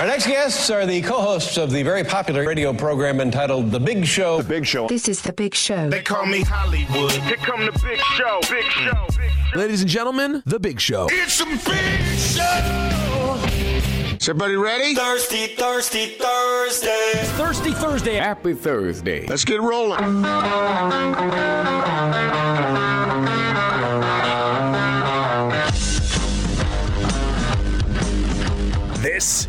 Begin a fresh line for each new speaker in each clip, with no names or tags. Our next guests are the co hosts of the very popular radio program entitled The Big Show. The
Big Show.
This is The Big Show.
They call me Hollywood. Here come the big show, big show, big show.
Ladies and gentlemen, The Big Show.
It's a big show. Is everybody ready?
Thirsty, thirsty Thursday.
Thirsty Thursday.
Happy Thursday.
Let's get rolling.
This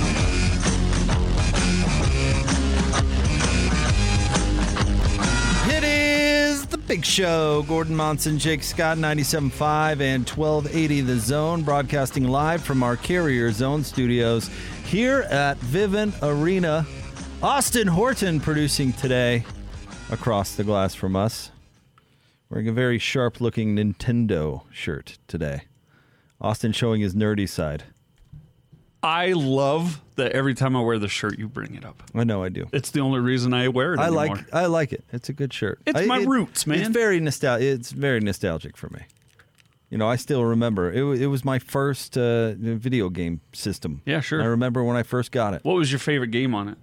It is the big show. Gordon Monson, Jake Scott, 97.5 and 1280 The Zone, broadcasting live from our Carrier Zone studios here at Vivint Arena. Austin Horton producing today across the glass from us. Wearing a very sharp looking Nintendo shirt today. Austin showing his nerdy side.
I love that every time I wear the shirt, you bring it up.
I know I do.
It's the only reason I wear it.
I
anymore.
like I like it. It's a good shirt.
It's
I-
my
it-
roots,
It's
man.
very nostalgic. It's very nostalgic for me. You know, I still remember. It, wa- it was my first uh, video game system.
Yeah, sure.
I remember when I first got it.
What was your favorite game on it?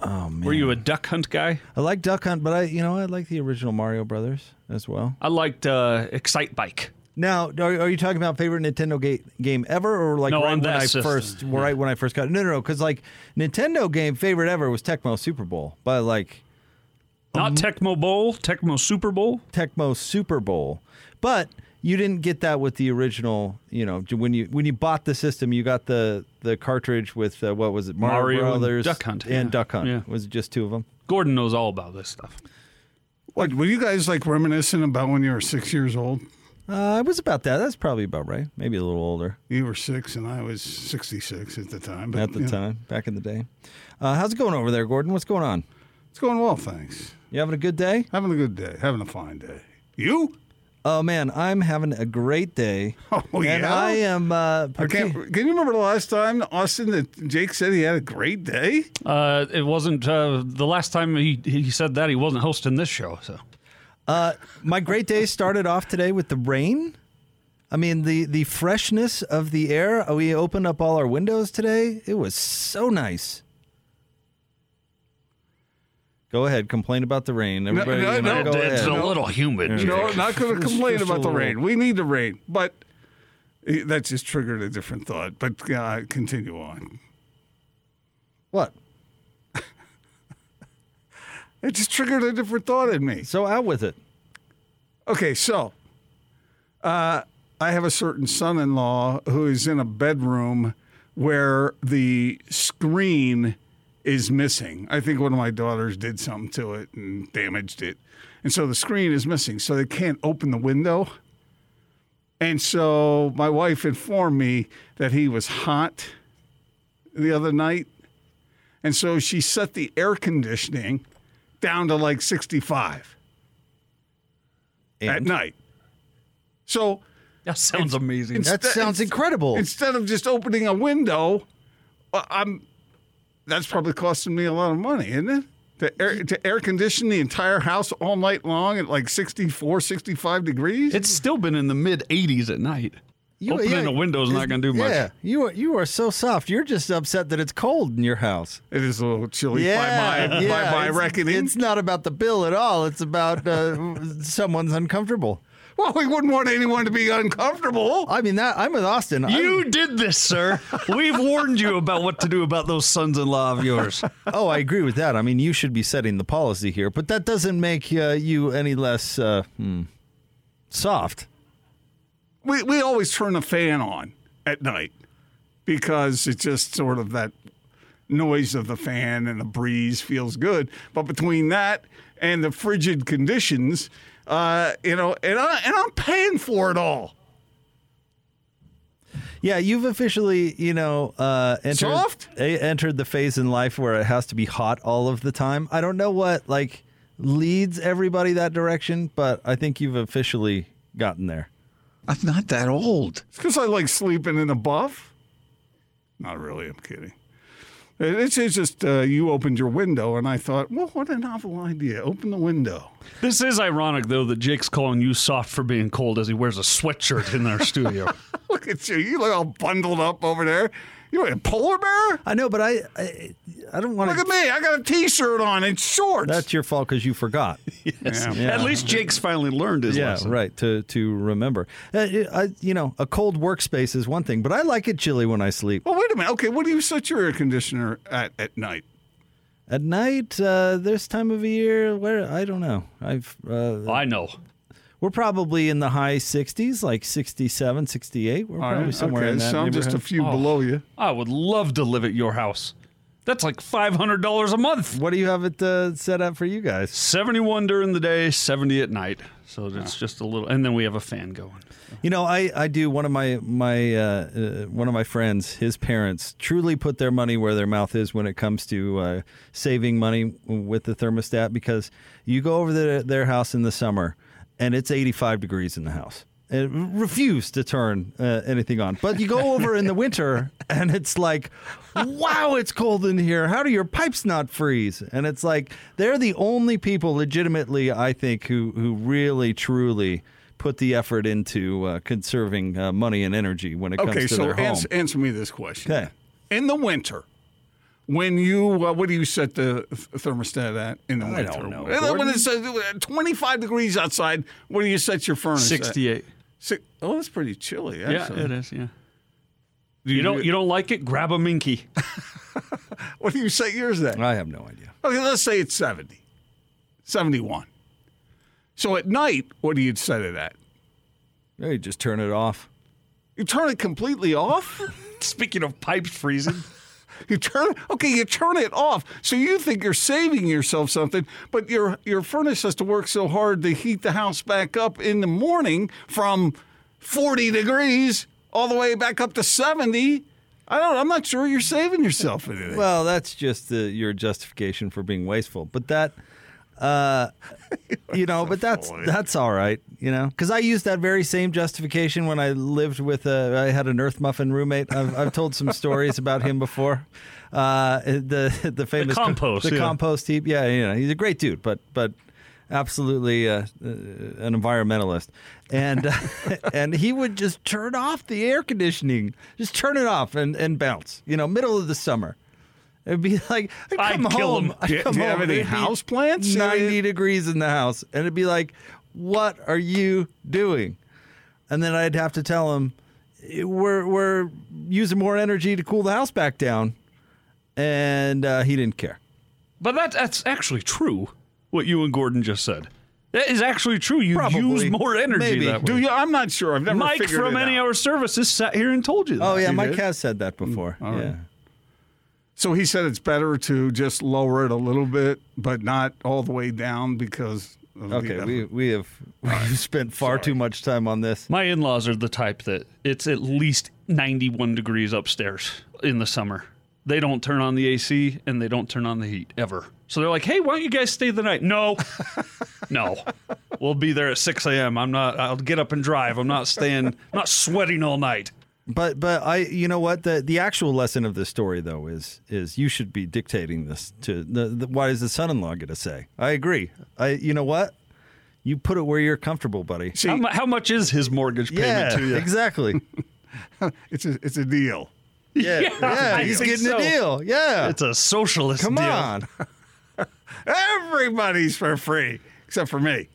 Oh man, were you a Duck Hunt guy?
I like Duck Hunt, but I, you know, I like the original Mario Brothers as well.
I liked uh, Excite Bike.
Now, are, are you talking about favorite Nintendo ga- game ever, or like
No,
right
on
when
that
I
system,
first, right when I first got? it? No, no, no, because like Nintendo game favorite ever was Tecmo Super Bowl, but like
Not
Um,
Tecmo Bowl, Tecmo Super Bowl.
Tecmo Super Bowl, but you didn't get that with the original. You know, when you when you bought the system, you got the the cartridge with uh, what was it, Mario,
Mario and
Brothers,
Duck Hunt,
and
yeah.
Duck Hunt.
Yeah.
Was it just two of them?
Gordon knows all about this stuff.
What were you guys like reminiscing about when you were six years old?
Uh, it was about that. That's probably about right. Maybe a little older
You were six, and I was sixty-six at the time. But,
at the
you know,
time, back in the day. Uh, how's it going over there, Gordon? What's going on?
it's going well, thanks.
You having a good day?
Having a good day, having a fine day. You?
Oh man, I'm having a great day.
Oh,
and
yeah?
I am. Uh,
I can't,
parti-
can you remember the last time Austin that Jake said he had a great day?
Uh, it wasn't uh, the last time he he said that he wasn't hosting this show. So
my great day started off today with the rain. I mean the the freshness of the air. Uh, We opened up all our windows today. It was so nice. Go ahead, complain about the rain. Everybody,
no,
you know,
no,
go
it's
ahead.
a No.
little humid.
No, not going to complain
just a
about the
little-
rain. We need the rain, but eh, that just triggered a different thought. But uh, continue on.
What?
It just triggered a different thought in me.
So out with it.
Okay, so uh, I have a certain son in law who is in a bedroom where the screen is missing. I think one of my daughters did something to it and damaged it. And so the screen is missing. So they can't open the window. And so my wife informed me that he was hot the other night. And so she set the air conditioning down to like 65 at
And
night. So
That sounds amazing.
it's-
that
Instead-
sounds incredible.
instead of just opening a window, uh, I'm that's probably costing me a lot of money, isn't it? To air, to air condition the entire house all night long at like 64, 65 degrees.
It's still been in the mid 80s at night.
You-
Opening
yeah,
a window's not
it's-
going to do much.
Yeah, you are, you are so soft. You're just upset that it's cold in your house.
It is a little chilly by my
yeah,
by my
it's-
reckoning.
It's not about the bill at all. It's about uh, someone's uncomfortable.
well, we wouldn't want anyone to be uncomfortable.
I mean, that I'm with Austin.
You did this, sir. We've warned you about what to do about those sons in law of yours.
I, oh, I agree with that. I mean, you should be setting the policy here, but that doesn't make uh, you any less uh, hmm, soft.
we we always turn a fan on at night because it's just sort of that noise of the fan and the breeze feels good. But between that and the frigid conditions, uh, you know, and I and I'm paying for it all.
Yeah, you've officially, you know, uh, entered
Soft?
e- entered the phase in life where it has to be hot all of the time. I don't know what like leads everybody that direction, but I think you've officially gotten there.
I'm not that old.
It's because I like sleeping in a buff. Not really. I'm kidding. It- It's, it's just uh, you opened your window, and I thought, well, what a novel idea. Open the window.
This is ironic, though, that Jake's calling you soft for being cold as he wears a sweatshirt in our studio.
Look at you. You look all bundled up over there. You're a polar bear?
I know, but I I, I don't want
Look at
to.
me. I got a t shirt on and shorts.
That's your fault because you forgot.
At least Jake's finally learned his
yeah,
lesson.
right. To to remember, Uh, it- I, you know, a cold workspace is one thing, but I like it chilly when I sleep.
well, wait a minute. Okay, what do you set your air conditioner at at night?
At night, uh, this time of year, where I don't know. I've uh,
I know.
we're probably in the high 60s, like 67, 68. We're probably somewhere
okay,
in that
so I'm just a
neighborhood. Oh.
few below you.
I would love to live at your house. That's like $500 a month.
What do you have it uh, set up for you guys?
71 during the day, 70 at night. So it's just a little. And then we have a fan going.
You know, I, I do. One of my my uh, uh, one of my friends, his parents truly put their money where their mouth is when it comes to uh, saving money with the thermostat. Because you go over to their house in the summer, and it's 85 degrees in the house. It refuse to turn uh, anything on. But you go over in the winter, and it's like, wow, it's cold in here. How do your pipes not freeze? And it's like they're the only people, legitimately, I think, who who really truly put the effort into uh, conserving uh, money and energy when it comes
Okay,
to
so
their home.
ans- answer me this question.
Okay.
In the winter, when you, uh, what do you set the th- thermostat at in the winter?
don't know,
And then When it's uh, 25 degrees outside, what do you set your furnace at?
68.
Si- Oh, that's pretty chilly,
Yeah,
actually.
it is. Yeah.
Do
You don't you don't like it? Grab a minky.
What do you set yours at?
I have no idea.
Okay, let's say it's 70, 71. So at night, what do you set it at?
Yeah, you just turn it off.
You turn it completely off?
Speaking of pipes freezing,
You turn okay, you turn it off. So you think you're saving yourself something, but your your furnace has to work so hard to heat the house back up in the morning from 40 degrees all the way back up to 70. I don't I'm not sure you're saving yourself anything.
Well, that's just the, your justification for being wasteful. But that, uh, you know, but that's that's all right. You know, because I used that very same justification when I lived with a. I had an Earth Muffin roommate. I've, I've told some stories about him before. Uh, the the famous
compost,
the
yeah.
compost heap. Yeah, you know, he's a great dude, but but absolutely uh, uh, an environmentalist, and uh, and he would just turn off the air conditioning, just turn it off and and bounce. You know, middle of the summer. It'd be like I'd
I'd
come
kill
home.
him.
I'd
Do you-
come
do you have
home,
any
it'd be
houseplants?
Ninety degrees in the house, and it'd be like, "What are you doing?" And then I'd have to tell him, "We're we're using more energy to cool the house back down," and uh, he didn't care.
but that that's actually true. What you and Gordon just said, that is actually true. You
Probably.
use more energy
Maybe.
that way.
Do you I'm not sure. I've never
Mike
figured
from
it
Any
out.
Hour Services sat here and told you that.
Oh yeah,
You
Mike
did? Mm,
has said that before. yeah.
So he said it's better to just lower it a little bit, but not all the way down because of the
Okay,
effort.
we we have we've spent far too much time on this.
My in-laws are the type that it's at least 91 degrees upstairs in the summer. They don't turn on the AC and they don't turn on the heat ever. So they're like, "Hey, why don't you guys stay the night?" No, no, we'll be there at 6 a.m. I'm not. I'll get up and drive. I'm not staying. I'm not sweating all night.
But but I you know what the the actual lesson of this story though is is you should be dictating this to the, the why is the son-in-law going to say? I agree. I you know what? You put it where you're comfortable, buddy.
How, mu- how much is his mortgage payment
Yeah,
to you?
exactly.
it's a it's a deal.
Yeah, yeah,
I
he's
think
getting
so.
a deal. Yeah,
It's a socialist.
come
deal.
on.
Everybody's for free except for me.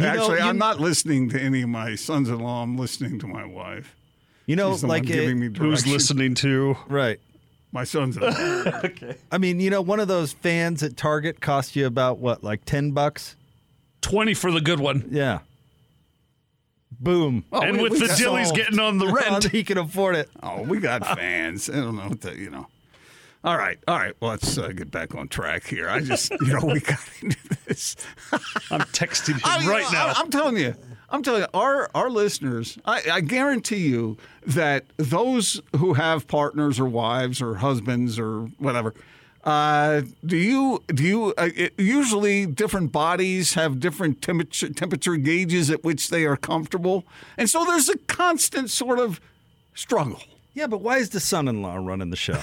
Actually,
you-
I'm not listening to any of my sons-in-law. I'm listening to my wife.
You know,
She's the
like uh,
one
it-
giving me direction.
Who's listening to?
right.
My sons-in-law.
I mean, you know, one of those fans at Target cost you about what, like ten bucks?
20 for the good one.
Yeah. Boom.
and with the dillies getting on the rent.
he can afford it.
oh, we got fans. I don't know what the you know. All right, all right. Well, let's uh, get back on track here. I just you know we got into this.
I'm texting him
I-
right
I-
now.
I'm telling you. I'm telling you, our our listeners, I, I guarantee you that those who have partners or wives or husbands or whatever, Uh, do you do you uh, it, usually different bodies have different temperature temperature gauges at which they are comfortable, and so there's a constant sort of struggle
Yeah, but why is the son-in-law running the show?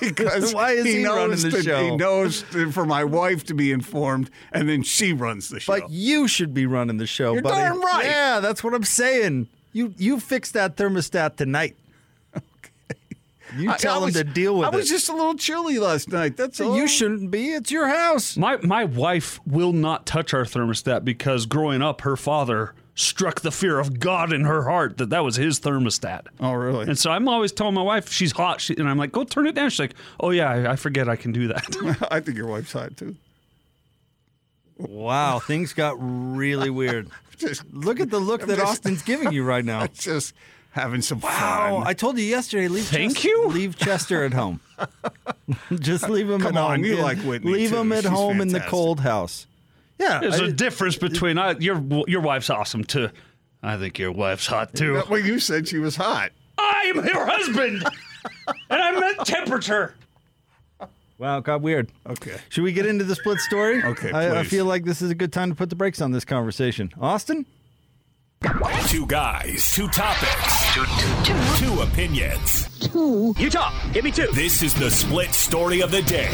because
Why is he running
knows
the
that-
show?
He knows that for my wife to be informed, and then she runs the show.
but you should be running the show,
You're
buddy.
darn right.
Yeah, that's what I'm saying. You you fix that thermostat tonight. You
I- I
tell him
was-
to deal with
I
it.
was just a little chilly last night. That's all.
you shouldn't be. It's your house.
My my wife will not touch our thermostat because growing up, her father struck the fear of God in her heart that that was his thermostat.
Oh, really?
And so I'm always telling my wife she's hot, she, and I'm like, "Go turn it down." She's like, "Oh yeah, I, I forget I can do that."
I think your wife's hot too.
Wow, things got really weird.
Just
Look at the look that
just-
Austin's giving you right now.
just having some
Oh,
fun.
I told you yesterday. Leave
Thank
Chester,
you?
Leave Chester at home. Just leave him
Come
at
on,
home.
you
kid.
like Whitney,
Leave
too.
him at
She's
home in the
fantastic.
cold house. Yeah,
There's
I-
a difference between I, your your wife's awesome too. I think your wife's hot too.
well, you said she was hot.
I'm her husband, and I meant temperature.
wow, it got weird.
Okay.
Should we get into the split story?
Okay,
I, I
please.
feel like this is a good time to put the brakes on this conversation. Austin,
Two guys, two topics, two, opinions.
You talk. Give me two.
This is the split story of the day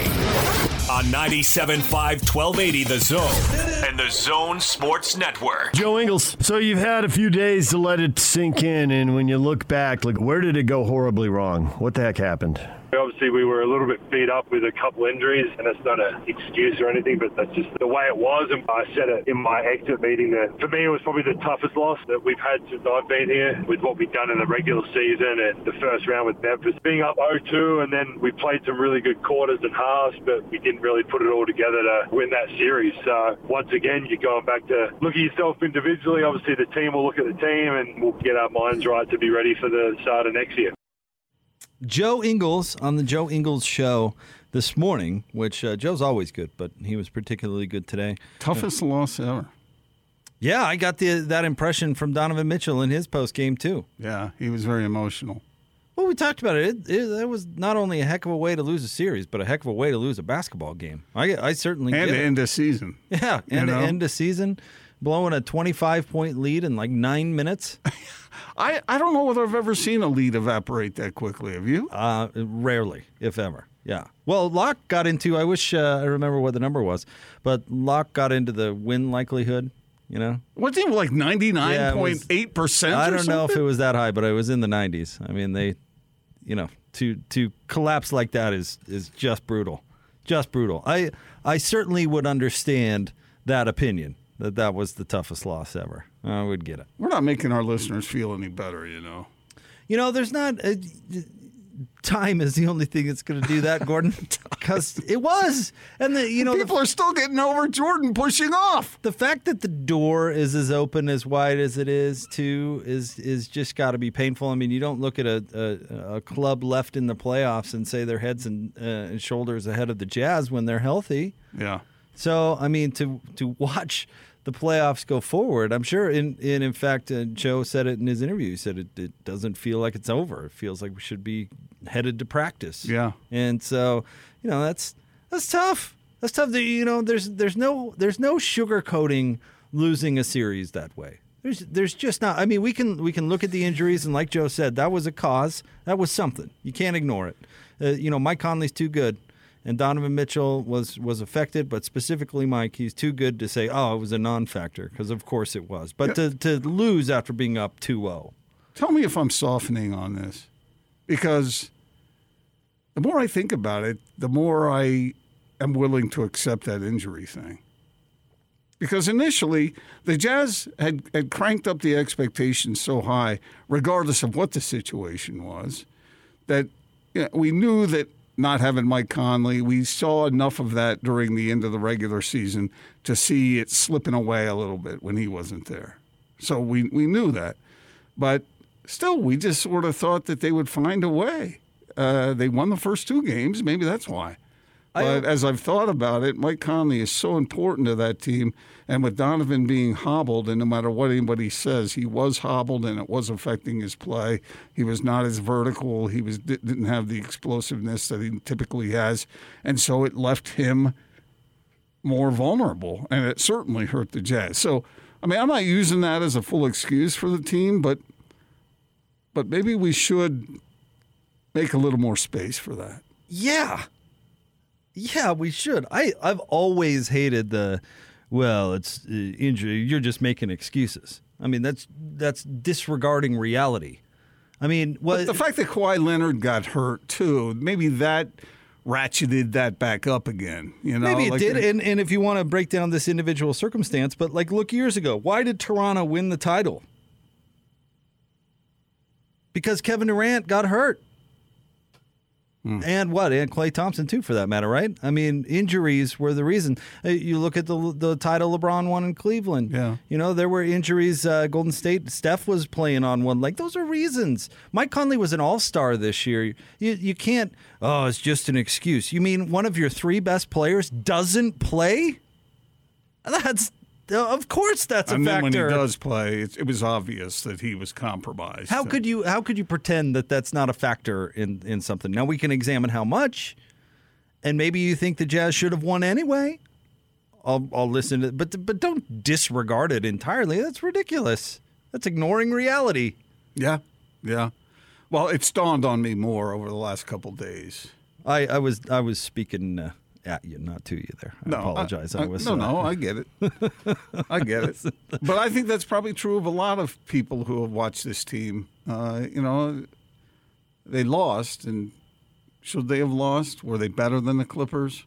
on 97.5 1280 The Zone and The Zone Sports Network.
Joe Ingles. So you've had a few days to let it sink in, and when you look back, like where did it go horribly wrong? What the heck happened?
Obviously, we were a little bit beat up with a couple injuries, and that's not an excuse or anything, but that's just the way it was. And I said it in my exit meeting that for me, it was probably the toughest loss that we've had since I've been here with what we've done in the regular season and the first round with Memphis. Being up 0-2, and then we played some really good quarters and halves, but we didn't really put it all together to win that series. So once again, you're going back to look at yourself individually. Obviously, the team will look at the team, and we'll get our minds right to be ready for the start of next year.
Joe Ingles on the Joe Ingles show this morning, which uh, Joe's always good, but he was particularly good today.
Toughest loss ever.
Yeah, I got the that impression from Donovan Mitchell in his post game too.
Yeah, he was very emotional.
Well, we talked about it. It, it. That was not only a heck of a way to lose a series, but a heck of a way to lose a basketball game. I, I certainly
And
get
to
it.
end the season.
yeah,
you
and to
know?
end a season, blowing a twenty-five point lead in like nine minutes.
I, I don't know whether I've ever seen a lead evaporate that quickly. Have you?
Uh, rarely, if ever. Yeah. Well, Locke got into. I wish uh, I remember what the number was, but Locke got into the win likelihood. You know,
Wasn't it like 99.8%?
I
or
don't know if
something?
it was that high, but it was in the 90s. I mean, they, you know, to to collapse like that is is just brutal, just brutal. I I certainly would understand that opinion that that was the toughest loss ever. I would get it.
We're not making our listeners feel any better, you know.
You know, there's not. uh time is the only thing that's going to do that, Gordon. Because it was, and the you know the
People are still getting over Jordan pushing off.
the fact that the door is as open as wide as it is too is is just got to be painful. I mean, you don't look at a, a a club left in the playoffs and say their heads and, uh, and shoulders ahead of the Jazz when they're healthy.
Yeah.
So I mean, to to watch the playoffs go forward, I'm sure. In in in fact, uh, Joe said it in his interview. He said it, it doesn't feel like it's over. It feels like we should be headed to practice.
Yeah.
And so, you know, that's that's tough. That's tough. There- You know, there's there's no there's no sugarcoating losing a series that way. There's there's just not. I mean, we can we can look at the injuries and like Joe said, that was a cause. That was something. You can't ignore it. Uh, you know, Mike Conley's too good. And Donovan Mitchell was was affected, but specifically Mike, he's too good to say, "Oh, it was a non-factor," because of course it was. But to, to lose after being up oh, 2-0.
Tell me if I'm softening on this because the more I think about it, the more I am willing to accept that injury thing. Because initially, the Jazz had, had cranked up the expectations so high, regardless of what the situation was, that you know, we knew that not having Mike Conley, we saw enough of that during the end of the regular season to see it slipping away a little bit when he wasn't there. So we, we knew that. But still, we just sort of thought that they would find a way. Uh, they won the first two games. Maybe that's why. But as I've thought about it, Mike Conley is so important to that team. And with Donovan being hobbled, and no matter what anybody says, he was hobbled and it was affecting his play. He was not as vertical. He was di- didn't have the explosiveness that he typically has. And so it left him more vulnerable. And it certainly hurt the Jazz. So, I mean, I'm not using that as a full excuse for the team, but but maybe we should make a little more space for that.
Yeah. Yeah, we should. I I've always hated the well, it's uh, injury. You're just making excuses. I mean, that's that's disregarding reality. I mean, what
But the fact that Kawhi Leonard got hurt too, maybe that ratcheted that back up again. You know,
maybe it
Like, uh,
did. And and if you want to break down this individual circumstance, but like look years ago, why did Toronto win the title? Because Kevin Durant got hurt. Mm. And what? And Clay Thompson too, for that matter, right? I mean, injuries were the reason. Uh, You look at the the title LeBron won in Cleveland.
Yeah.
you know there were injuries. Uh, Golden State, Steph was playing on one leg. Those are reasons. Mike Conley was an All Star this year. You you can't. Oh, it's just an excuse. You mean one of your three best players doesn't play? That's of course that's a
and then
factor.
when he does play, it, it was obvious that he was compromised.
How could you how could you pretend that that's not a factor in in something? Now we can examine how much, and maybe you think the Jazz should have won anyway. I'll I'll listen to but but don't disregard it entirely. That's ridiculous. That's ignoring reality.
Yeah, yeah. Well, it's dawned on me more over the last couple days.
I I was I was speaking uh, at you, not to you. There, I apologize. I, was
no,
uh,
no. I get it. I get it. But I think that's probably true of a lot of people who have watched this team. Uh, you know, they lost, and should they have lost? Were they better than the Clippers?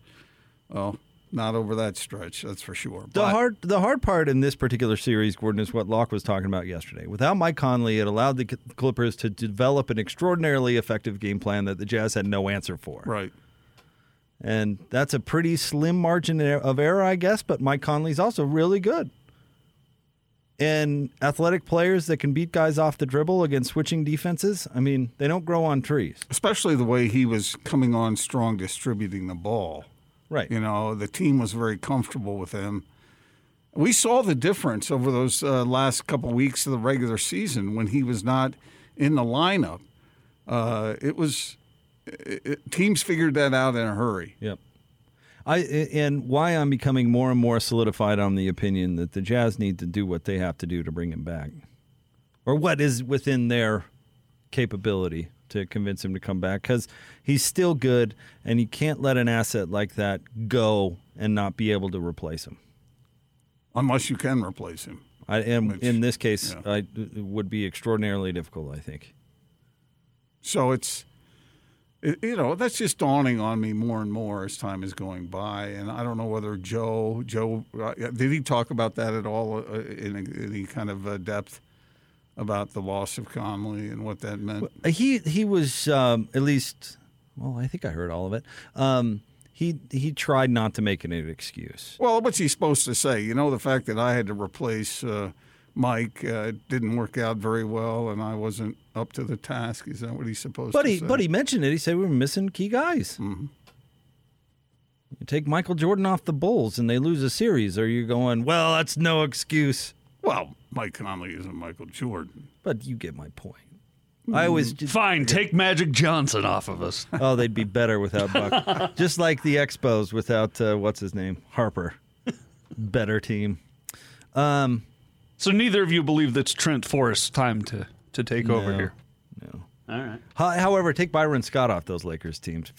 Well, not over that stretch, that's for sure.
The
But-
hard the hard part in this particular series, Gordon, is what Locke was talking about yesterday. Without Mike Conley, it allowed the Clippers to develop an extraordinarily effective game plan that the Jazz had no answer for.
right?
And that's a pretty slim margin of error, I guess, but Mike Conley's also really good. And athletic players that can beat guys off the dribble against switching defenses, I mean, they don't grow on trees.
Especially the way he was coming on strong, distributing the ball.
Right.
You know, the team was very comfortable with him. We saw the difference over those uh, last couple weeks of the regular season when he was not in the lineup. Uh, it was it, it- teams figured that out in a hurry.
Yep. I and why I'm becoming more and more solidified on the opinion that the Jazz need to do what they have to do to bring him back, or what is within their capability to convince him to come back, because he's still good, and you can't let an asset like that go and not be able to replace him.
Unless you can replace him,
I and
Which-
in this case,
yeah.
I it would be extraordinarily difficult. I think.
so it's it, you know that's just dawning on me more and more as time is going by. And I don't know whether Joe Joe uh, did he talk about that at all uh, in any kind of uh, depth about the loss of Conley and what that meant.
He he was um, at least. Well, I think I heard all of it. Um, he he tried not to make an excuse.
Well, what's he supposed to say? You know, the fact that I had to replace uh, Mike uh, didn't work out very well, and I wasn't up to the task. Is that what he's supposed
But
to
he,
say?
but he mentioned it. He said we were missing key guys. You take Michael Jordan off the Bulls and they lose a series. Are you going? Well, that's no excuse.
well, Mike Conley isn't Michael Jordan.
But you get my point. I always just,
Fine, take Magic Johnson off of us.
oh they'd be better without Buck, just like the Expos without uh, what's his name Harper. better team.
So neither of you believe that's Trent Forrest's time to to take over
No.
here.
No.
All right.
Ho- However, take Byron Scott off those Lakers teams.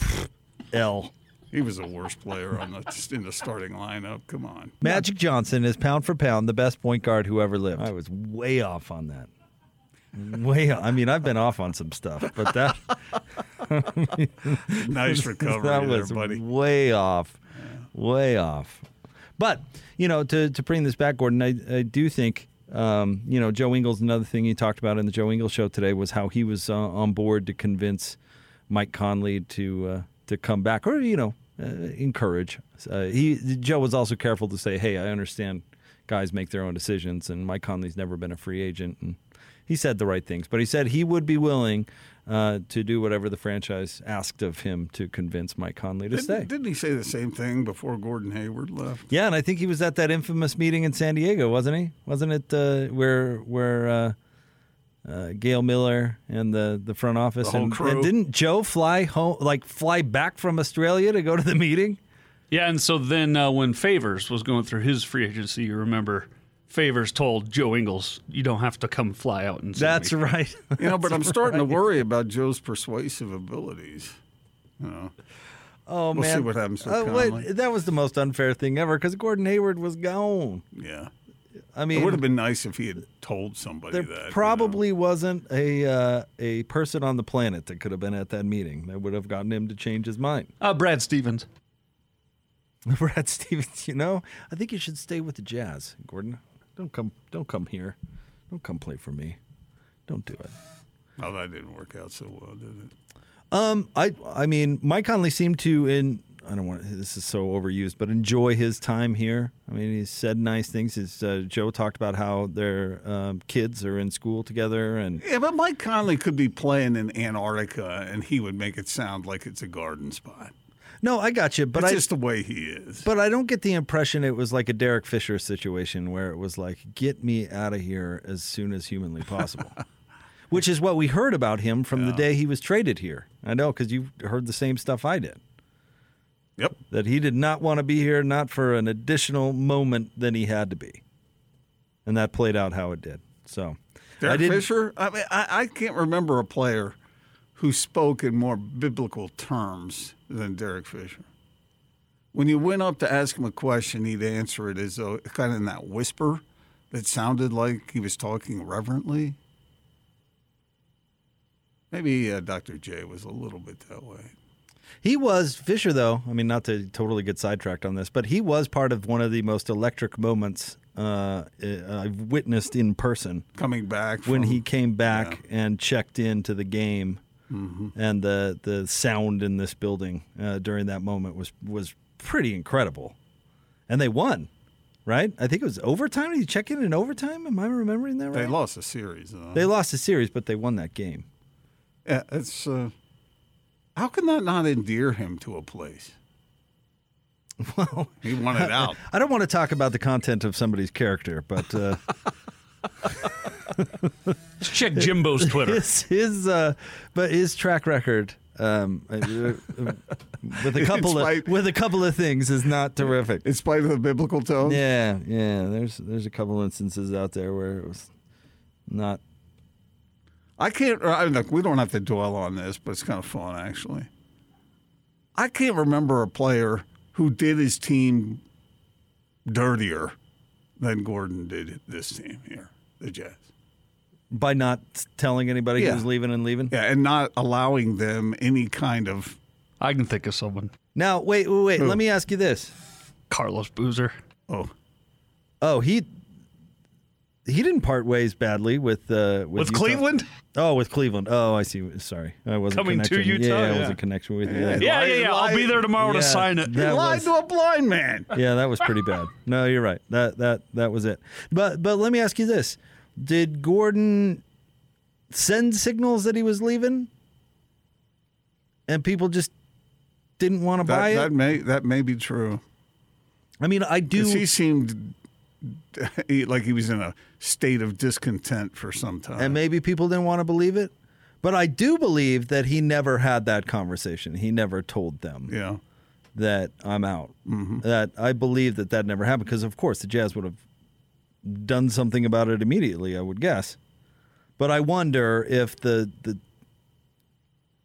L.
He was the worst player on the in the starting lineup. Come on,
Magic Johnson is pound for pound the best point guard who ever lived. I was way off on that. Way off. I mean, I've been off on some stuff, but that
nice recovery
that
there,
was
buddy.
way off, way off. But you know, to to bring this back, Gordon, I, I do think um, you know Joe Ingles. Another thing he talked about in the Joe Ingles show today was how he was uh, on board to convince Mike Conley to uh, to come back, or you know, uh, encourage. Uh, he Joe was also careful to say, "Hey, I understand guys make their own decisions. And Mike Conley's never been a free agent, and he said the right things. But he said he would be willing uh, to do whatever the franchise asked of him to convince Mike Conley to stay.
Didn't, didn't he say the same thing before Gordon Hayward left?
Yeah, and I think he was at that infamous meeting in San Diego, wasn't he? Wasn't it uh, where where uh, uh, Gail Miller and the, the front office
The whole
and,
crew.
and didn't Joe fly home like fly back from Australia to go to the meeting?
Yeah, and so then uh, when Favors was going through his free agency, you remember Favors told Joe Ingles, "You don't have to come fly out and." see
That's
me."
right.
You know, but I'm starting to worry about Joe's persuasive abilities. You know,
Oh
We'll see
man,
what happens with
Uh, wait,
Conley.
that was the most unfair thing ever because Gordon Hayward was gone.
yeah.
I
It would have
mean,
been nice if he had told somebody
there
that. you know.
probably wasn't a uh, a person on the planet that could have been at that meeting that would have gotten him to change his mind.
Uh, Brad Stevens.
Brad Stevens, you know, I think you should stay with the Jazz, Gordon. Don't come, don't come here. Don't come play for me. Don't do it.
Oh, that didn't work out so well, did it?
Um, I I mean, Mike Conley seemed to in I don't want this is so overused, but enjoy his time here. I mean, he said nice things. His uh, Joe talked about how their um, kids are in school together, and
Yeah, but Mike Conley could be playing in Antarctica, and he would make it sound like it's a garden spot.
no, I got you, but
It's
I
just the way he is.
but I don't get the impression it was like a Derek Fisher situation where it was like get me out of here as soon as humanly possible. Which is what we heard about him from the day he was traded here. I know because you heard the same stuff I did.
yep.
that he did not want to be here, not for an additional moment than he had to be. And that played out how it did. So I
Derek
didn't-
Fisher. I mean, I, I can't remember a player who spoke in more biblical terms than Derek Fisher. When you went up to ask him a question, he'd answer it as though kind of in that whisper that sounded like he was talking reverently. Maybe uh, Dr. J was a little bit that way.
He was Fisher, though. I mean, not to totally get sidetracked on this, but he was part of one of the most electric moments uh, I- I've witnessed in person
Coming back
when
from-
he came back and checked into the game,
Mm-hmm.
and the the sound in this building uh, during that moment was was pretty incredible, and they won, right? I think it was overtime. Did he check in in overtime? Am I remembering that
they
right?
lost a series. Though.
They lost the series, but they won that game.
Yeah, it's uh, how can that not endear him to a place? Well, he wanted out.
I don't want to talk about the content of somebody's character, but uh,
Let's check Jimbo's Twitter.
his his uh, but his track record. Um, uh, with a couple of
Despite-
with a couple of things is not terrific.
In spite of the biblical tone,
Yeah, yeah. There's there's a couple instances out there where it was not.
I can't. I, look, we don't have to dwell on this, but it's kind of fun actually. I can't remember a player who did his team dirtier than Gordon did this team here, the Jazz.
By not telling anybody
Yeah.
he was leaving and leaving.
Yeah, and not allowing them any kind of
I can think of someone.
Now, wait, wait, wait. Let me ask you this.
Carlos Boozer.
oh,
Oh, he he didn't part ways badly with uh, with,
With
Utah.
Cleveland?
Oh, with Cleveland. Oh, I see. Sorry, I wasn't
Coming to
connecting.
Utah,
Yeah, I
yeah.
wasn't connecting with you. there.
Yeah, yeah, yeah. I'll be there tomorrow
Yeah,
to sign it.
that
he lied
was-
to a blind man.
yeah, that was pretty bad. No, you're right. That that that was it. But but let me ask you this: Did Gordon send signals that he was leaving, and people just didn't want to buy
That,
it?
that may that may be true.
I mean, I
'Cause
do.
he seemed he- like he was in a state of discontent for some time.
and maybe people didn't want to believe it. But I do believe that he never had that conversation. He never told them
yeah.
that I'm out. That I believe that that never happened because, of course, the Jazz would have done something about it immediately. I would guess. But I wonder if the the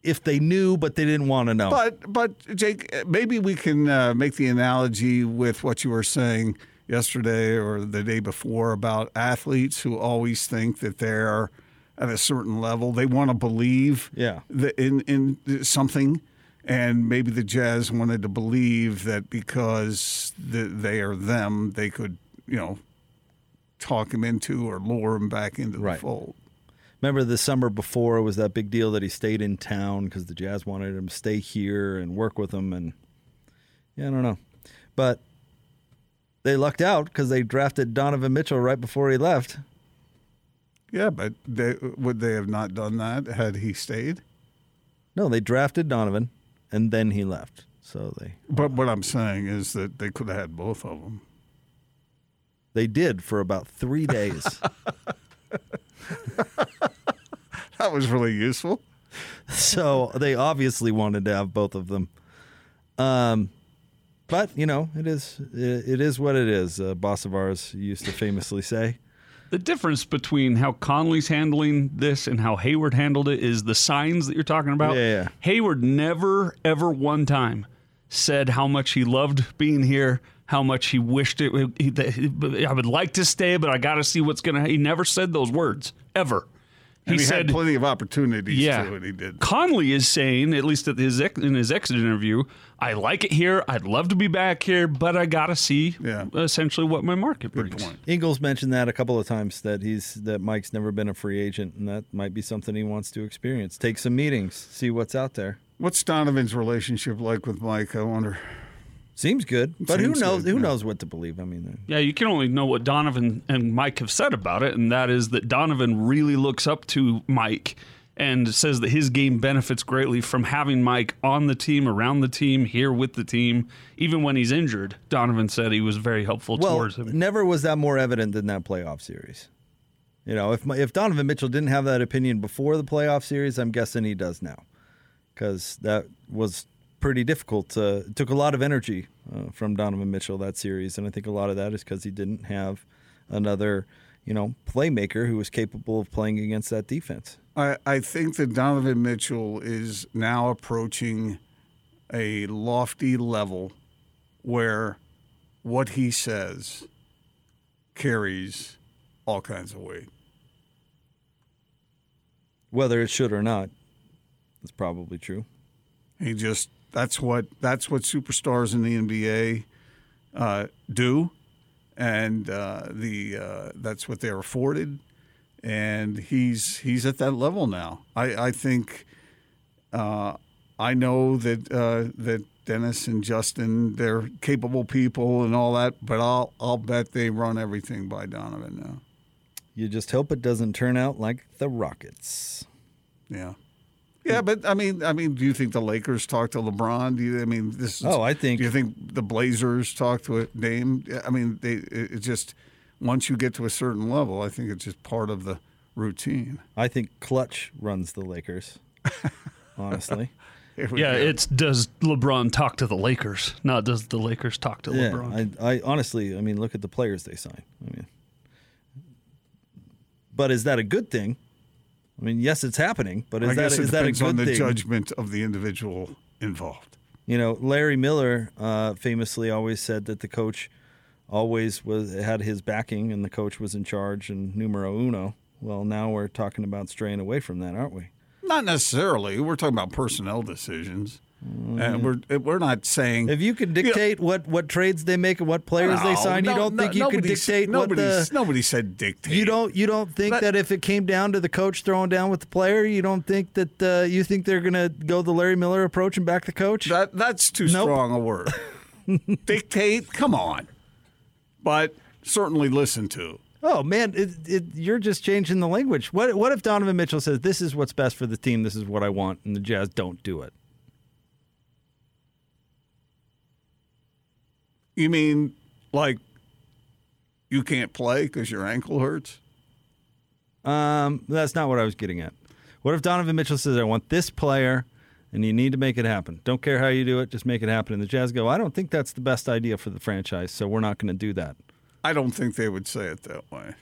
if they knew, but they didn't want to know.
But but Jake, maybe we can uh, make the analogy with what you were saying yesterday or the day before about athletes who always think that they're at a certain level. They want to believe
Yeah.
the, in in something. And maybe the Jazz wanted to believe that because th they are them, they could, you know, talk him into or lure him back into
Right.
the fold.
Remember the summer before was that big deal that he stayed in town because the Jazz wanted him to stay here and work with them, and yeah, I don't know, but They lucked out because they drafted Donovan Mitchell right before he left.
Yeah, but they, would they have not done that had he stayed?
No, they drafted Donovan and then he left. So they
But what I'm saying is that they could have had both of them.
they did for about three days.
That was really useful.
so they obviously wanted to have both of them. Um, but you know, it is it, it is what it is. A boss of ours used to famously say.
The difference between how Conley's handling this and how Hayward handled it is the signs that you're talking about.
Yeah, yeah.
Hayward never, ever one time said how much he loved being here, how much he wished it. He, that he- I would like to stay, but I got to see what's going to. He never said those words ever. He,
And he
said,
had plenty of opportunities
yeah.
to, and he did.
Conley is saying, at least at his ex- in his exit interview, I like it here. I'd love to be back here, but I gotta see
Yeah.
essentially what my market brings.
point.
Ingles mentioned that a couple of times that he's that Mike's never been a free agent, and that might be something he wants to experience. Take some meetings, see what's out there.
What's Donovan's relationship like with Mike? I wonder.
Seems good, but
Seems
who knows?
good,
who
yeah.
knows what to believe? I mean,
Yeah, you can only know what Donovan and Mike have said about it, and that is that Donovan really looks up to Mike and says that his game benefits greatly from having Mike on the team, around the team, here with the team, even when he's injured. Donovan said he was very helpful
well,
towards him.
never was that more evident than that playoff series. You know, if my, if Donovan Mitchell didn't have that opinion before the playoff series, I'm guessing he does now, because that was pretty difficult. To, it took a lot of energy uh, from Donovan Mitchell that series, and I think a lot of that is because he didn't have another, you know, playmaker who was capable of playing against that defense.
I, I think that Donovan Mitchell is now approaching a lofty level where what he says carries all kinds of weight.
Whether it should or not, that's probably true.
He just that's what that's what superstars in the NBA uh, do, and uh, the uh, that's what they're afforded. And he's he's at that level now. I I think uh, I know that uh, that Dennis and Justin they're capable people and all that, but I'll I'll bet they run everything by Donovan now.
You just hope it doesn't turn out like the Rockets.
Yeah. Yeah, but I mean, I mean, do you think the Lakers talk to LeBron? Do you, I mean, this. Is,
Oh, I think-
Do you think the Blazers talk to Dame? I mean, they it it just once you get to a certain level, I think it's just part of the routine.
I think Clutch runs the Lakers. Honestly,
Here we
yeah,
go.
it's does LeBron talk to the Lakers, not does the Lakers talk to
yeah.
LeBron.
I, I honestly, I mean, look at the players they sign. I mean, but is that a good thing? I mean, yes, it's happening, but is
I
that
guess it
is that a
depends
good
on the
thing?
judgment of the individual involved.
You know, Larry Miller uh, famously always said that the coach always was had his backing, and the coach was in charge and numero uno. Well, now we're talking about straying away from that, aren't we?
Not necessarily. We're talking about personnel decisions, and we're we're not saying
Mm. If you could dictate what, what trades they make and what players they
No,
sign, you
no,
don't
no,
think you could
nobody's-
dictate what the
nobody's- nobody said dictate.
you don't you don't think
But-
that if it came down to the coach throwing down with the player, you don't think that uh, you think they're gonna go the Larry Miller approach and back the coach?
That that's too
Nope.
strong a word. Dictate, come on. But certainly listen to.
oh man, it, it, you're just changing the language. What what if Donovan Mitchell says this is what's best for the team, this is what I want, and the Jazz don't do it?
You mean like you can't play because your ankle hurts?
Um, that's not what I was getting at. What if Donovan Mitchell says, I want this player and you need to make it happen? Don't care how you do it, just make it happen. And the Jazz go, I don't think that's the best idea for the franchise, so we're not going to do that.
I don't think they would say it that way.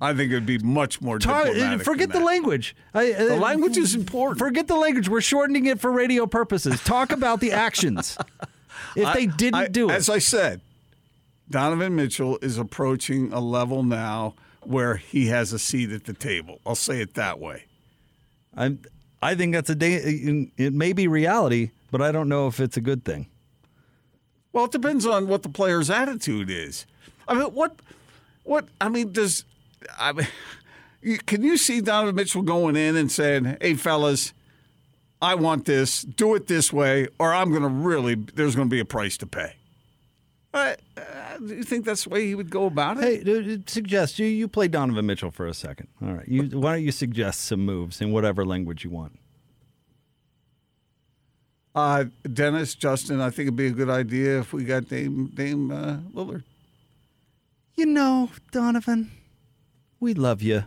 I think it'd be much more
Tar- uh,
diplomatic.
forget
than
the
that.
language. I, uh,
The language is important.
Forget the language. We're shortening it for radio purposes. Talk about the actions. If they didn't
I-
do it,
As I said, Donovan Mitchell is approaching a level now where he has a seat at the table. I'll say it that way.
I'm, I think that's a day. It may be reality, but I don't know if it's a good thing.
Well, it depends on what the player's attitude is. I mean, what, what? I mean, does I mean, you- can you see Donovan Mitchell going in and saying, "Hey, fellas, I want this. Do it this way, or I'm going to really. There's going to be a price to pay." I, uh, do you think that's the way he would go about it?
Hey, dude, suggest you you play Donovan Mitchell for a second. All right, you, why don't you suggest some moves in whatever language you want?
Uh, Dennis, Justin, I think it'd be a good idea if we got Dame Dame uh, Lillard.
You know, Donovan, we love you.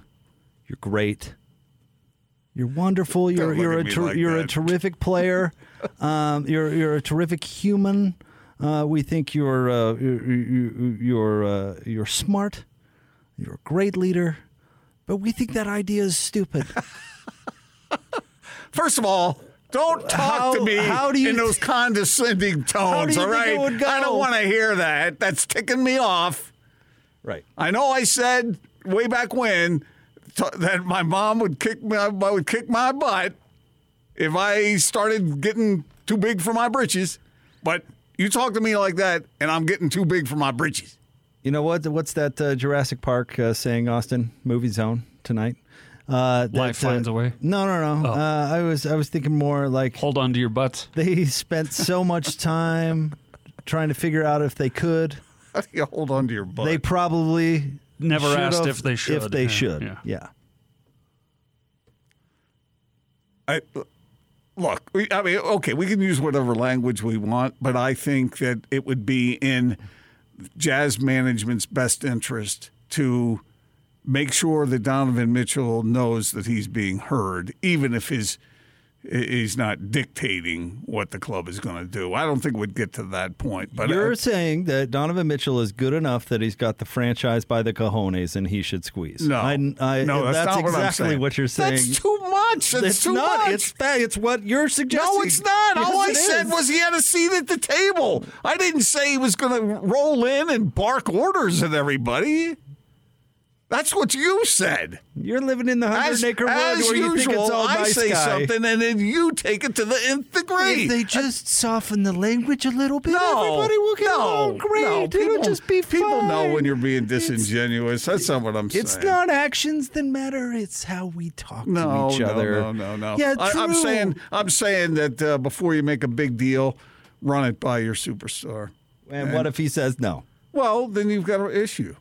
You're great. You're wonderful. You're
look
you're
at
a
me
ter-
like
you're a
that.
terrific player. um, you're you're a terrific human. Uh, we think you're uh, you're you're you're, uh, you're smart. You're a great leader, but we think that idea is stupid.
First of all, don't talk
How-
to me
how do you
in
th-
those condescending tones.
you
all
think
right,
it would
I
go?
don't want to hear that. That's ticking me off.
right.
I know I said way back when t- that my mom would kick me, I would kick my butt if I started getting too big for my britches. But you talk to me like that, and I'm getting too big for my britches.
You know what? What's that uh, Jurassic Park uh, saying, Austin? Movie Zone tonight. Uh, that,
Life finds
uh,
a way.
No, no, no. Uh, I was I was thinking more like
Hold on to your butts.
they spent so much time trying to figure out if they could.
How do you hold on to your butt?
They probably
Never
should
asked
have
if they should.
If they
Yeah,
should,
yeah.
yeah.
I, look, we, I mean, okay, we can use whatever language we want, but I think that it would be in jazz management's best interest to make sure that Donovan Mitchell knows that he's being heard, even if his he's not dictating what the club is going to do. I don't think we'd get to that point, but uh,
You're saying that Donovan Mitchell is good enough that he's got the franchise by the cojones and he should squeeze.
No.
I, I-
No, that's not what I'm
exactly
saying.
what you're saying.
that's too much. That's
it's
too
not.
much.
It's fa- It's what you're suggesting.
No, it's not. All I
Yes, it
said
is.
was he had a seat at the table. I didn't say he was going to roll in and bark orders at everybody. That's what you said.
You're living in the
As,
hundred acre
as
wood where
usual,
you think it's all
I
nice
say
guy.
something and then you take it to the nth degree.
If they just soften the language a little bit,
no,
everybody will get
no,
along great.
No,
It'll just be fine.
People know when you're being
It's-
disingenuous. That's not what I'm saying.
It's not actions that matter. It's how we talk
no,
to each
no,
other.
No, no, no.
Yeah,
I,
true.
I'm saying I'm saying that uh, before you make a big deal, run it by your superstar.
And what if he says no?
Well, then you've got an issue.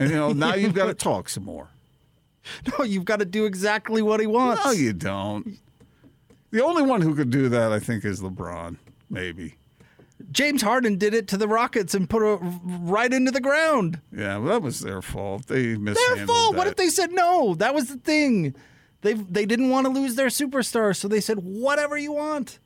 And you know, now you've got to talk some more.
No, you've got to do exactly what he wants.
No, you don't. The only one who could do that, I think, is LeBron, maybe.
James Harden did it to the Rockets and put it right into the ground.
Yeah, well, that was their fault. They mishandled
Their fault. What
that.
if they said no? That was the thing. They they didn't want to lose their superstar, so they said whatever you want.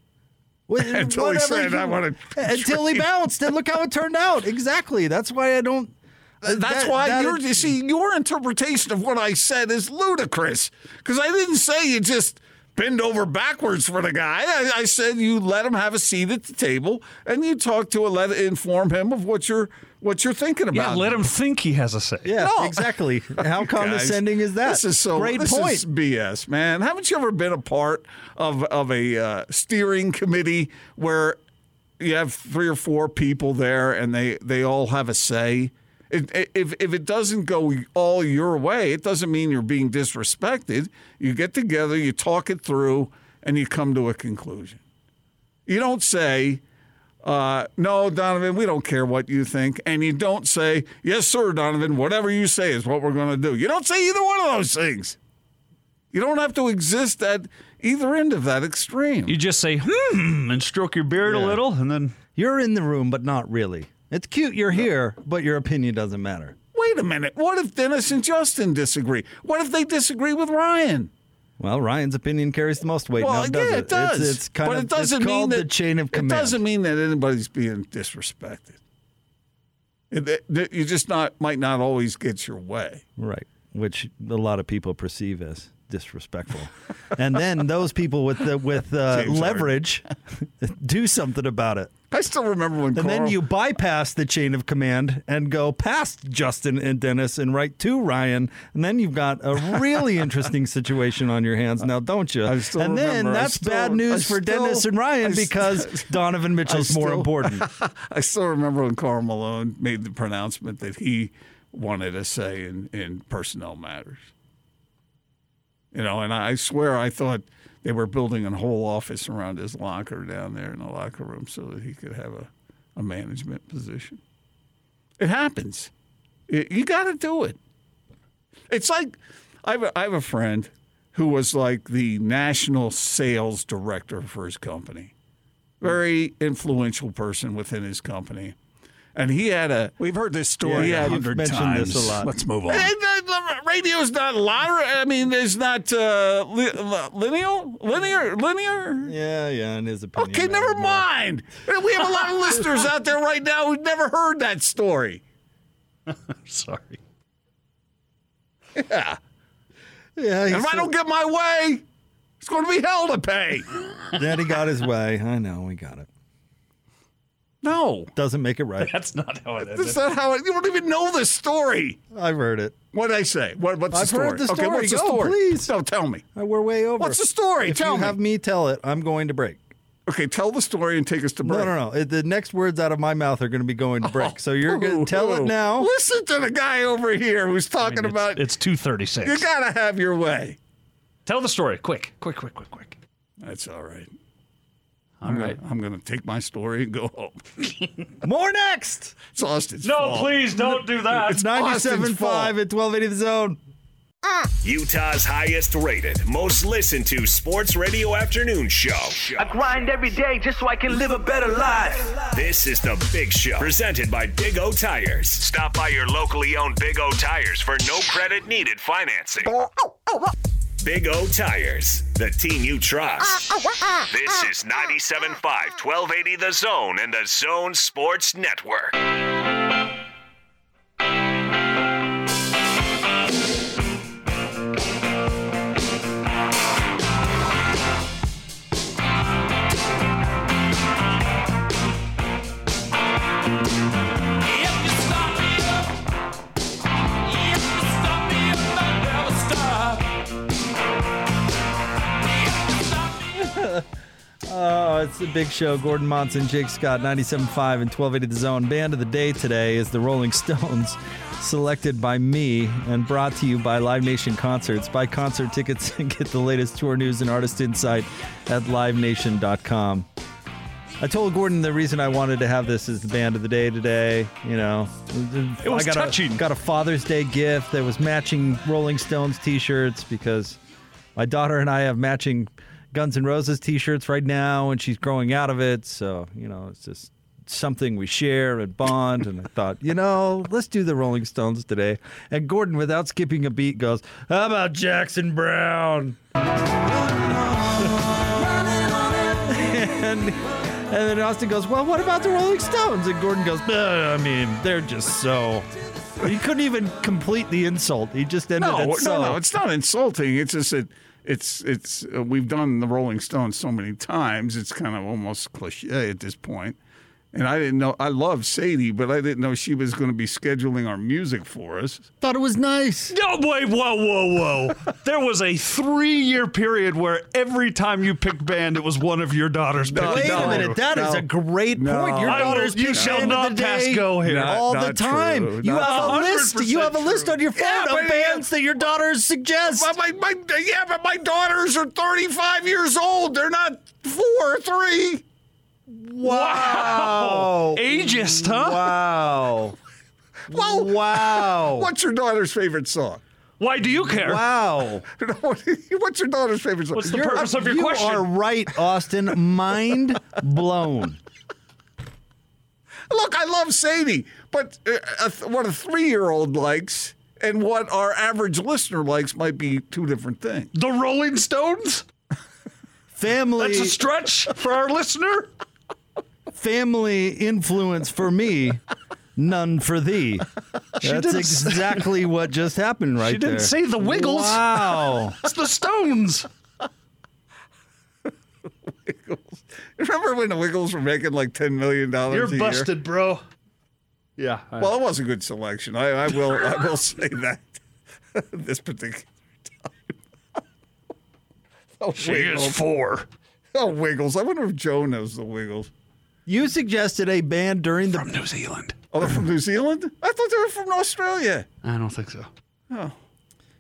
Wh-
Until he
whatever
said, "I want to
Until he bounced, and look how it turned out. Exactly. That's why I don't.
Uh, That's
that-
why
that-
your you see your interpretation of what I said is ludicrous because I didn't say you just bend over backwards for the guy. I, I said you let him have a seat at the table and you talk to him, let inform him of what you're what you're thinking about.
Yeah, let him think he has a say.
Yeah,
No.
exactly. How
Guys,
condescending is that?
This is so
great
this
point.
is BS, man. Haven't you ever been a part of of a uh, steering committee where you have three or four people there and they they all have a say? It, i- if if it doesn't go all your way, it doesn't mean you're being disrespected. You get together, you talk it through, and you come to a conclusion. You don't say. Uh, no, Donovan, we don't care what you think. And you don't say, yes, sir, Donovan, whatever you say is what we're going to do. You don't say either one of those things. You don't have to exist at either end of that extreme.
You just say hmm and stroke your beard a little, and then
You're in the room, but not really. It's cute you're here, but your opinion doesn't matter.
Wait a minute. What if Dennis and Justin disagree? What if they disagree with Ryan?
Well, Ryan's opinion carries the most weight.
Well,
now,
yeah,
does
it, does.
It's, it's kind
but
of
it doesn't
it's
mean
called
that
the chain of command.
It doesn't mean that anybody's being disrespected. It- it- that you just not might not always get your way.
Right, which a lot of people perceive as disrespectful, and then those people with the, with uh,
James Harden.
leverage do something about it,
I still remember when
and
Carl,
then you bypass the chain of command and go past Justin and Dennis and right to Ryan, and then you've got a really interesting situation on your hands now, don't you?
I still
and then
remember, I
that's
still-
bad news
I
for Dennis
still-
and Ryan
I
because Donovan Mitchell's more
still-
important.
I still remember when Carl Malone made the pronouncement that he wanted a say in, in personnel matters. You know, and I swear I thought they were building a whole office around his locker down there in the locker room so that he could have a, a management position. It happens. Y- You got to do it. It's like I have, a, I have a friend who was like the national sales director for his company, very influential person within his company. And he had a
We've heard this story
Yeah,
a
you've
hundred
mentioned
times.
this a lot.
Let's move on.
Eh, the- the radio's not linear. I mean, there's not uh, li- li- linear, linear, linear.
Yeah, yeah, in his opinion.
Okay, never mind. We have a lot of listeners out there right now who've never heard that story.
Sorry.
Yeah,
And if I don't get my way, it's going to be hell to pay.
Daddy got his way. I know, we got it.
No,
Doesn't make it right.
That's not how it
that's
ended.
not how. It, you don't even know the story.
I've heard it.
What did I say? What, what's
I've
the story?
heard the
Okay,
story.
what's the
Go,
story?
please.
No, tell me.
Uh, We're way over.
What's the story?
If
Tell
you
me.
have me tell it, I'm going to break.
Okay, tell the story and take us to break.
No, no, no. It- The next words out of my mouth are going to be going to break. so you're going
Ooh,
to tell it
ooh.
now.
Listen to the guy over here who's talking
It's-
about
it's two thirty
you
six.
gotta have your way.
Tell the story, quick, quick, quick, quick, quick.
That's all right.
All right.
I'm gonna take my story and go home.
More next.
It's Austin's
No,
fault.
please don't do that.
It's
Ninety-seven
Austin's fault.
five at 1280 the zone.
Utah's highest rated, most listened to sports radio afternoon show.
I grind every day just so I can live a better life.
This is the Big Show, presented by Big O Tires. Stop by your locally owned Big O Tires for no credit needed financing. Big O Tires, the team you trust. This is 97.5, 1280 The Zone and the Zone Sports Network.
Oh, it's the big show. Gordon Monson, Jake Scott, 97.5 and 1280 The Zone. Band of the day today is the Rolling Stones, selected by me and brought to you by Live Nation Concerts. Buy concert tickets and get the latest tour news and artist insight at livenation.com. I told Gordon the reason I wanted to have this as the band of the day today. You know,
It was
I got
touching.
A, got a Father's Day gift that was matching Rolling Stones T-shirts because my daughter and I have matching Guns N' Roses T-shirts right now, and she's growing out of it. So you know, it's just something we share and bond. and I thought, you know, let's do the Rolling Stones today. And Gordon, without skipping a beat, goes, "How about Jackson Brown?" and, and then Austin goes, Well, what about the Rolling Stones? And Gordon goes, "Uh, I mean, they're just so. He couldn't even complete the insult. He just ended
No,
it
no,
so.
no, it's not insulting. It's just that it's it's uh, we've done the Rolling Stones so many times. It's kind of almost cliche at this point. And I didn't know I love Sadie, but I didn't know she was going to be scheduling our music for us.
thought it was nice.
No, wait, whoa, whoa, whoa. there was a three year period where every time you picked band, it was one of your daughters picking
Wait
No,
a minute, that is
no,
a great
no.
point. Your
I will-
daughter's
you
picked
shall
band of
not
the
pass
day
go here.
Not-
all the
not true.
time. You
Not-
have a list. You have a
100%
list on your phone
Yeah,
of
but-
bands that your daughters suggest.
But my, my, yeah, but my daughters are 35 years old. They're not four or three.
Wow.
Ageist, huh?
Wow.
Well,
Wow.
what's your daughter's favorite song?
Why do you care?
Wow.
what's your daughter's favorite song?
What's the purpose of your
you
question?
are right, Austin. Mind blown.
Look, I love Sadie, but uh, a th- what a three-year-old likes and what our average listener likes might be two different things.
the Rolling Stones?
Family
That's a stretch for our listener.
family influence for me, none for thee. That's
didn't
exactly what just happened right
She didn't
there.
say the Wiggles.
Wow.
It's the Stones.
Remember when the Wiggles were making like ten million
You're
dollars? a Year?
busted, bro. Yeah. I-
Well, it was a good selection. I, I will, I will say that. this particular time. Oh,
she is four.
Oh, Wiggles. I wonder if Joe knows the Wiggles.
you suggested a band during the
From New Zealand.
Oh, they're from New Zealand? I thought they were from Australia.
I don't think so.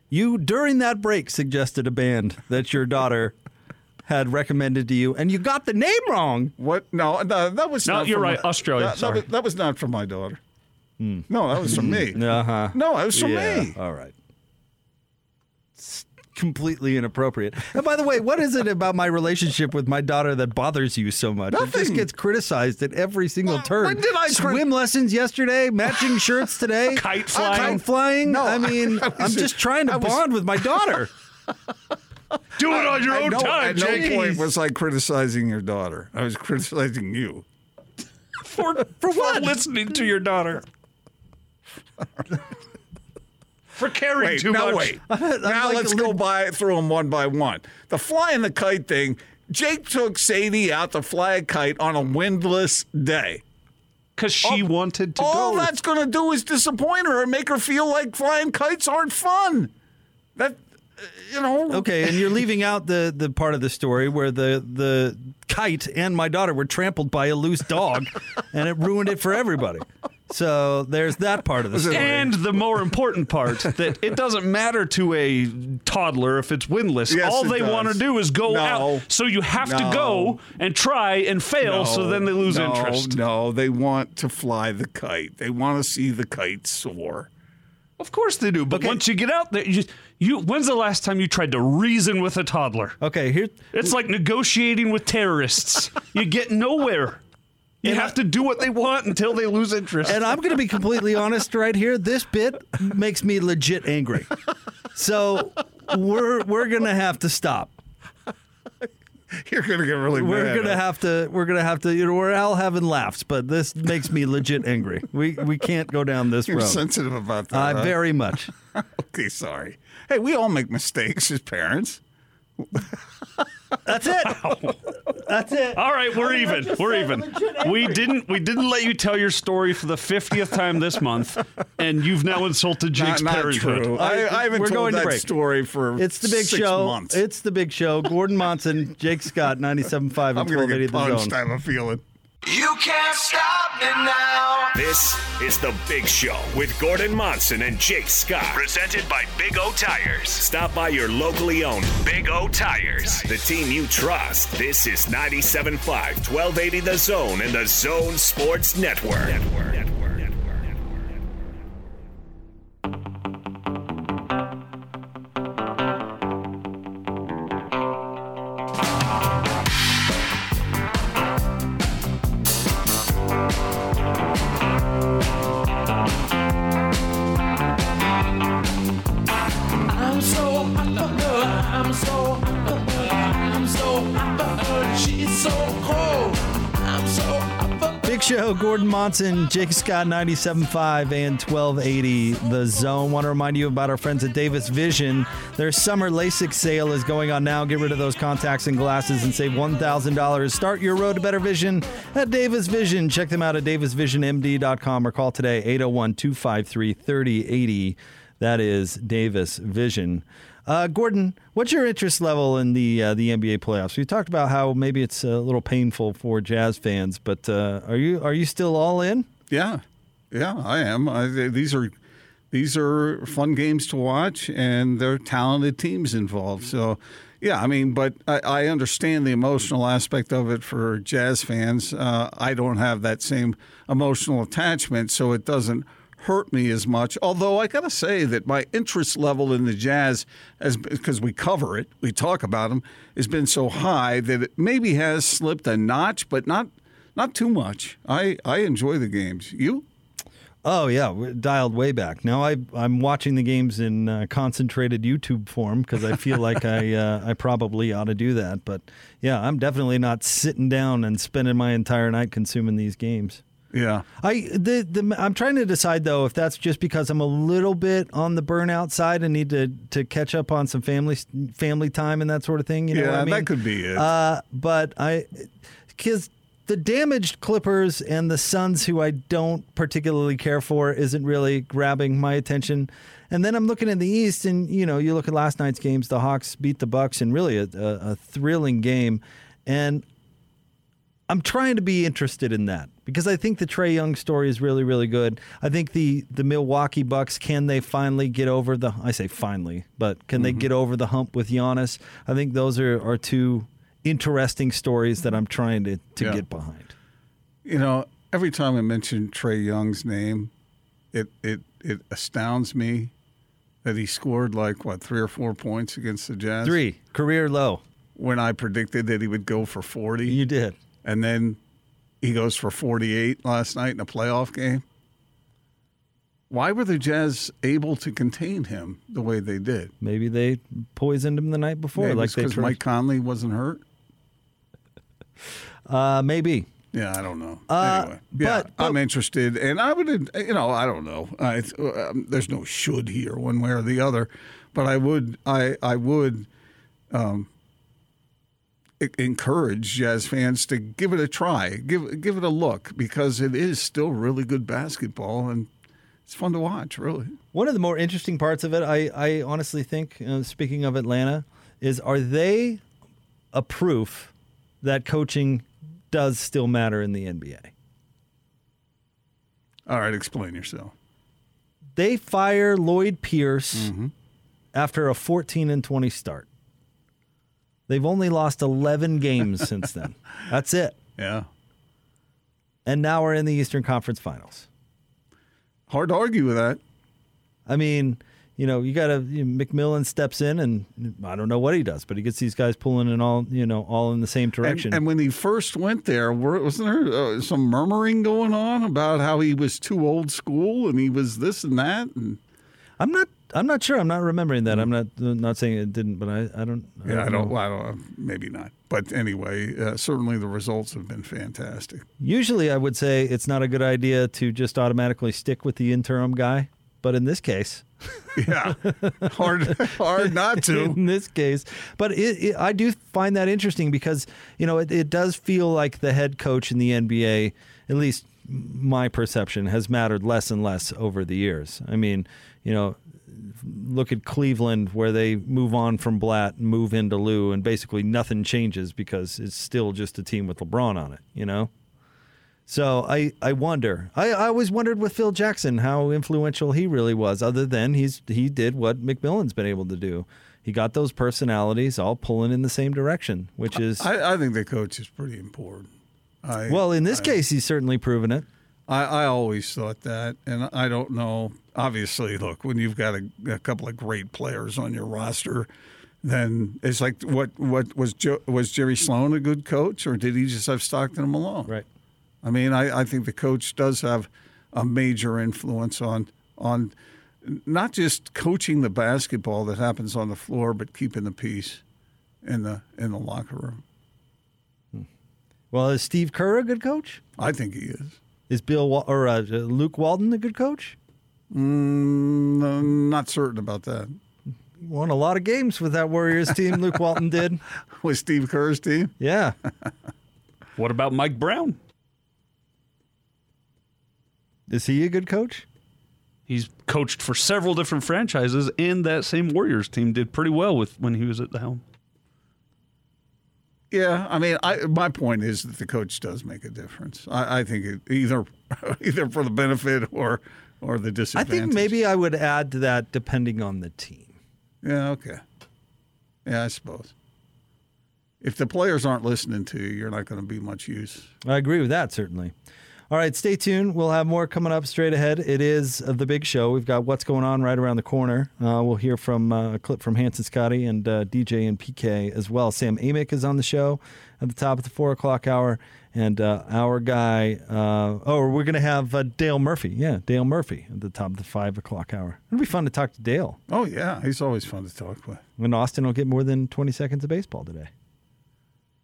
you during that break suggested a band that your daughter had recommended to you and you got the name wrong.
What? No, no that was
No,
not
you're
from
right,
my-
Australia,
That, that
sorry.
was, that was not from my daughter. No, that was from me.
Uh-huh.
No, that was from
yeah.
me.
All right. It's completely inappropriate. And by the way, what is it about my relationship with my daughter that bothers you so much? It just
Nothing.
gets criticized at every single
Well,
turn.
when did I crit-
Swim lessons yesterday, matching shirts today,
Kite flying.
Kite flying.
No,
I mean,
I was-
I'm just trying to
I was-
bond with my daughter.
Do it on your
At
own
no-
time,
at no
Jake.
point was I criticizing your daughter. I was criticizing you.
for, for what? listening to your daughter. for caring
Wait,
too
now
much.
wait. now
like
let's
a
go
lit-
by through them one by one. The fly and the kite thing. Jake took Sadie out to fly a kite on a windless day.
Because she wanted to
All
go.
that's going to do is disappoint her and make her feel like flying kites aren't fun. That uh, you know.
Okay, and you're leaving out the, the part of the story where the, the kite and my daughter were trampled by a loose dog, and it ruined it for everybody. So there's that part of the story.
and the more important part that it doesn't matter to a toddler if it's windless.
Yes,
All
it
they
does.
want to do is go
No.
out. So you have to
No.
go and try and fail. so then they lose
no,
interest.
No, they want to fly the kite. They want to see the kite soar.
Of course they do. But once you get out there, you, you when's the last time you tried to reason with a toddler?
Okay, here.
It's like negotiating with terrorists. you get nowhere. You
And I-
have to do what they want until they lose interest.
And I'm going to be completely honest right here. This bit makes me legit angry. So we're we're going to have to stop.
You're going to get really
We're
mad.
going to have to we're going to have to you know we're all having laughs, but this makes me legit angry. We we can't go down this
You're
road.
sensitive about that.
I
huh?
very much.
Okay, sorry. Hey, we all make mistakes as parents.
That's it. That's it.
All right, we're even. We're even. We didn't. We didn't let you tell your story for the fiftieth time this month, and you've now insulted
Not,
Jake's
not
parenthood.
true. I,
I-
I haven't
we're
told
going to
that
break.
story for
It's the big
six
show.
months.
It's the big show. Gordon Monson, Jake Scott, 97.5 and
I'm going to
1280
get
the zone.
punched. I have a feeling.
You can't stop me now.
This is The Big Show with Gordon Monson and Jake Scott. Presented by Big O Tires. Stop by your locally owned Big O Tires, the team you trust. This is 97.5, 1280 The Zone and The Zone Sports Network. Network. Network. Network. Network.
I'm so hot for her. I'm so hot for her. I'm so hot for her. She's so cold. I'm so hot for her.
Big Show, Gordon Monson, Jake Scott, 97.5 and 1280 The Zone. Want to remind you about our friends at Davis Vision. Their summer LASIK sale is going on now. Get rid of those contacts and glasses and save $1,000. Start your road to better vision at Davis Vision. Check them out at davisvisionmd.com or call today 801 253 3080. That is Davis Vision. Uh, Gordon, what's your interest level in the uh, the NBA playoffs? We talked about how maybe it's a little painful for Jazz fans, but uh, are you are you still all in?
Yeah, yeah, I am. I, th- these are these are fun games to watch, and there are talented teams involved. So, yeah, I mean, but I, I understand the emotional aspect of it for jazz fans. Uh, I don't have that same emotional attachment, so it doesn't hurt me as much. Although I gotta say that my interest level in the jazz, as because we cover it, we talk about them, has been so high that it maybe has slipped a notch, but not not too much. I, I enjoy the games. You?
Oh yeah, we're dialed way back. Now I I'm watching the games in uh, concentrated YouTube form because I feel like I uh, I probably ought to do that. But yeah, I'm definitely not sitting down and spending my entire night consuming these games.
Yeah.
I the, the I'm trying to decide though if that's just because I'm a little bit on the burnout side and need to to catch up on some family family time and that sort of thing. You know
yeah,
what I mean?
that could be it.
Uh, but I because the damaged Clippers and the Suns, who I don't particularly care for, isn't really grabbing my attention. And then I'm looking in the East, and you know, you look at last night's games. The Hawks beat the Bucks in really a, a, a thrilling game, and I'm trying to be interested in that because I think the Trey Young story is really, really good. I think the the Milwaukee Bucks can they finally get over the I say finally, but can
Mm-hmm.
they get over the hump with Giannis? I think those are, are two interesting stories that I'm trying to, to
Yeah.
get behind.
you know, every time I mention Trey Young's name, it it it astounds me that he scored like what three or four points against the Jazz.
Three career low.
When I predicted that he would go for forty,
you did,
and then he goes for forty-eight last night in a playoff game. Why were the Jazz able to contain him the way they did?
Maybe they poisoned him the night before,
Maybe
like
it's
they
'cause
tried-
Mike Conley wasn't hurt.
Uh, maybe.
Yeah, I don't know.
Uh,
anyway, yeah,
but-
I'm interested, and I would, you know, I don't know. I, it's, um, there's no should here, one way or the other, but I would, I, I would, um, e- encourage jazz fans to give it a try, give, give it a look, because it is still really good basketball, and it's fun to watch, really.
One of the more interesting parts of it, I, I honestly think, uh, speaking of Atlanta, is are they a proof that coaching does still matter in the NBA?
All right, explain yourself.
They fire Lloyd Pierce
Mm-hmm.
after a 14 and 20 start. They've only lost 11 games since then. That's it.
Yeah,
And now we're in the Eastern Conference Finals.
hard to argue with that.
I mean, you know, you got to McMillan steps in, and I don't know what he does, but he gets these guys pulling in all you know, all in the same
And,
direction.
and when he first went there, were, wasn't there uh, some murmuring going on about how he was too old school and he was this and that? And
I'm not. I'm not sure. I'm not remembering that. I'm not. Not saying it didn't, but I. I don't. uh,
yeah, I
know.
don't, well, I don't, know. maybe not. But anyway, uh, certainly the results have been fantastic.
Usually, I would say it's not a good idea to just automatically stick with the interim guy, but in this case,
Yeah, hard, hard not to.
in this case, but it, it, I do find that interesting because you know it, it does feel like the head coach in the NBA, at least my perception, has mattered less and less over the years. I mean, you know, look at Cleveland where they move on from Blatt, move into Lou, and basically nothing changes because it's still just a team with LeBron on it. You know. So I, I wonder. I, I always wondered with Phil Jackson how influential he really was, other than he's he did what McMillan's been able to do. He got those personalities all pulling in the same direction, which is
I, I think the coach is pretty important. I,
well, in this case he's certainly proven it.
I, I always thought that, and I don't know. Obviously, look, when you've got a, a couple of great players on your roster, then it's like what what was jo- was Jerry Sloan a good coach, or did he just have Stockton and Malone? I mean, I, I think the coach does have a major influence on on not just coaching the basketball that happens on the floor, but keeping the peace in the in the locker room.
Well, is Steve Kerr a good coach?
I think he is.
Is Bill Wa- or uh, Luke Walton a good coach?
Mm, I'm not certain about that.
Won a lot of games with that Warriors team. Luke Walton did.
With Steve Kerr's team.
Yeah.
What about Mike Brown?
Is he a good coach?
He's coached for several different franchises, and that same Warriors team did pretty well with when he was at the helm.
Yeah, I mean, I, my point is that the coach does make a difference. I, I think it, either either for the benefit or or the
I
disadvantage.
think maybe I would add to that depending on the team.
Yeah. Okay. Yeah, I suppose. If the players aren't listening to you, you're not going to be much use.
I agree with that, certainly. All right, stay tuned. We'll have more coming up straight ahead. It is uh, the big show. We've got what's going on right around the corner. Uh, we'll hear from uh, a clip from Hanson Scotty and uh, DJ and PK as well. Sam Amick is on the show at the top of the four o'clock hour. And uh, our guy, uh, oh, we're going to have uh, Dale Murphy. Yeah, Dale Murphy at the top of the five o'clock hour. It'll be fun to talk to Dale.
Oh yeah, he's always fun to talk with.
And Austin will get more than 20 seconds of baseball today.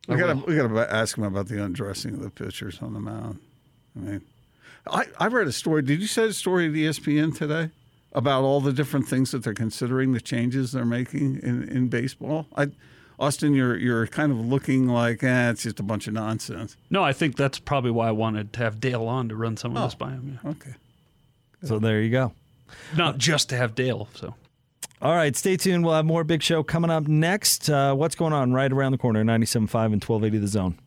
We got to we got to ask him about the undressing of the pitchers on the mound. I mean, I I read a story. Did you say a story at E ESPN today about all the different things that they're considering, the changes they're making in in baseball? I, Austin, you're you're kind of looking like eh, it's just a bunch of nonsense.
No, I think that's probably why I wanted to have Dale on to run some of this by him. Yeah.
Okay.
So there you go.
Not just to have Dale. So
All right, stay tuned. We'll have more big show coming up next. Uh, what's going on right around the corner, 97.5 and 1280 The Zone.